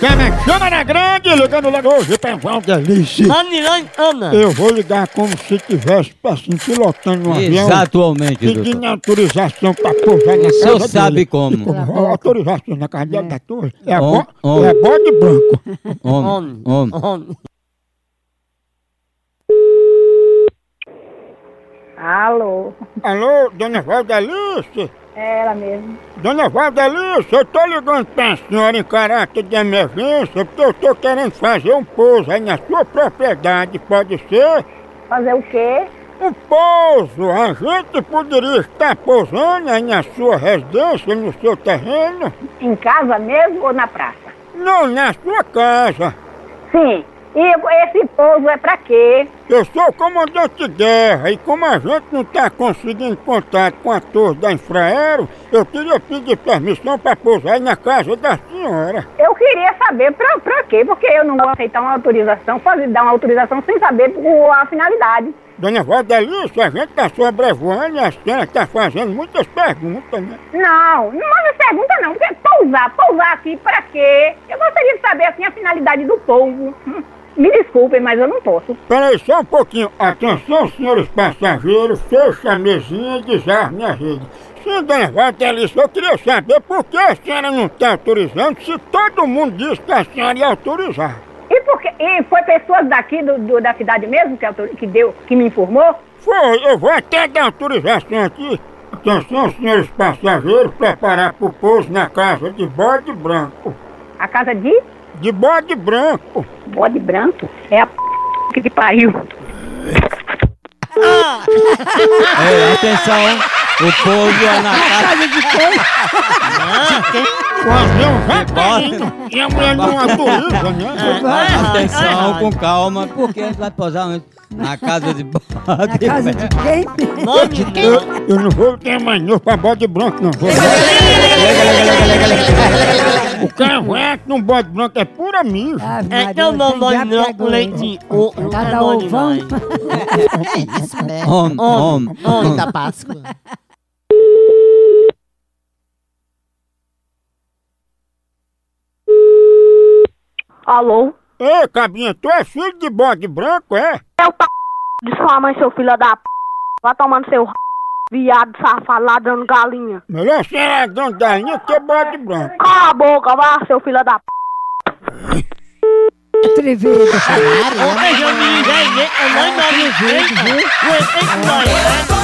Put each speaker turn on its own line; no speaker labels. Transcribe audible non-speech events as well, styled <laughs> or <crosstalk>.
Chama, chama na grande, ligando logo hoje pra Valdelice.
Almirante Ana.
Eu vou ligar como se tivesse assim, pilotando um avião.
Exatamente, doutor.
Pedindo autorização pra pousar na casa
senhor sabe
dele.
como.
E Autorização na casa dele da torre. É,
Homem,
bo
homem.
é bode branco.
Homem, homem.
Homem.
Alô,
Alô, dona Valdelice?
é ela mesmo.
Dona Valdelice, eu tô ligando pra senhora em caráter de emergência, porque eu tô querendo fazer um pouso aí na sua propriedade, pode ser?
Fazer o quê?
Um pouso! A gente poderia estar pousando aí na sua residência, no seu terreno?
Em casa mesmo ou na praça?
Não, na sua casa.
Sim. E esse pouso é pra quê?
Eu sou o comandante de guerra e como a gente não está conseguindo contato com a torre da Infraero, eu queria pedir permissão para pousar aí na casa da senhora.
Eu queria saber pra, pra quê, porque eu não vou aceitar uma autorização, fazer dar uma autorização sem saber o- a finalidade.
Dona Valdelice, a gente está sobrevoando e a senhora está fazendo muitas perguntas, né?
Não, não me pergunta não, porque pousar, pousar aqui pra quê? Eu gostaria de saber assim a finalidade do pouso. Hum, <laughs> Me desculpem, mas eu não posso.
Peraí, só um pouquinho. Atenção, senhores passageiros, fecha a mesinha e desarme a rede. Sim, dona Valdelice, é eu queria saber por que a senhora não está autorizando se todo mundo diz que a senhora ia autorizar.
E porque e foi pessoas daqui do, do- da cidade mesmo que, autor- que deu, que me informou?
Foi, eu vou até dar autorização aqui. Atenção, senhores passageiros, preparar para o pouso na casa de bode branco.
A casa de
De bode branco.
bode branco é a p... que te pariu.
Ei, É, atenção, hein? o povo é <laughs> na casa.
Fazer um jacarino. E a mulher não autoriza, né?
Atenção, com calma, porque a gente vai posar onde? na casa de bode. Na
Casa de quem?
Nome.
Eu, eu não vou ter mais novo pra bode branco, não. Vou... o carro num bode branco é pura mijo.
Ave
É
Maria,
teu nome,
tem
nome
gato
branco,
agora.
leite de ovo.
Cada
nome
ovão.
demais.
<laughs> Homem, homem.
Homem.
Alô?
Ei, cabinha, tu é filho de bode branco, é?
É o p... de sua mãe, seu filho da p... Vai tomando seu r... viado safado ladrando galinha.
Melhor ser ladrão da linha que bode branco.
Cala a boca, vá, seu filho da p...
Atrevido.
e Ô, Benjamin, vem, vem, é nós nove, vem. Ué, esse nós, né?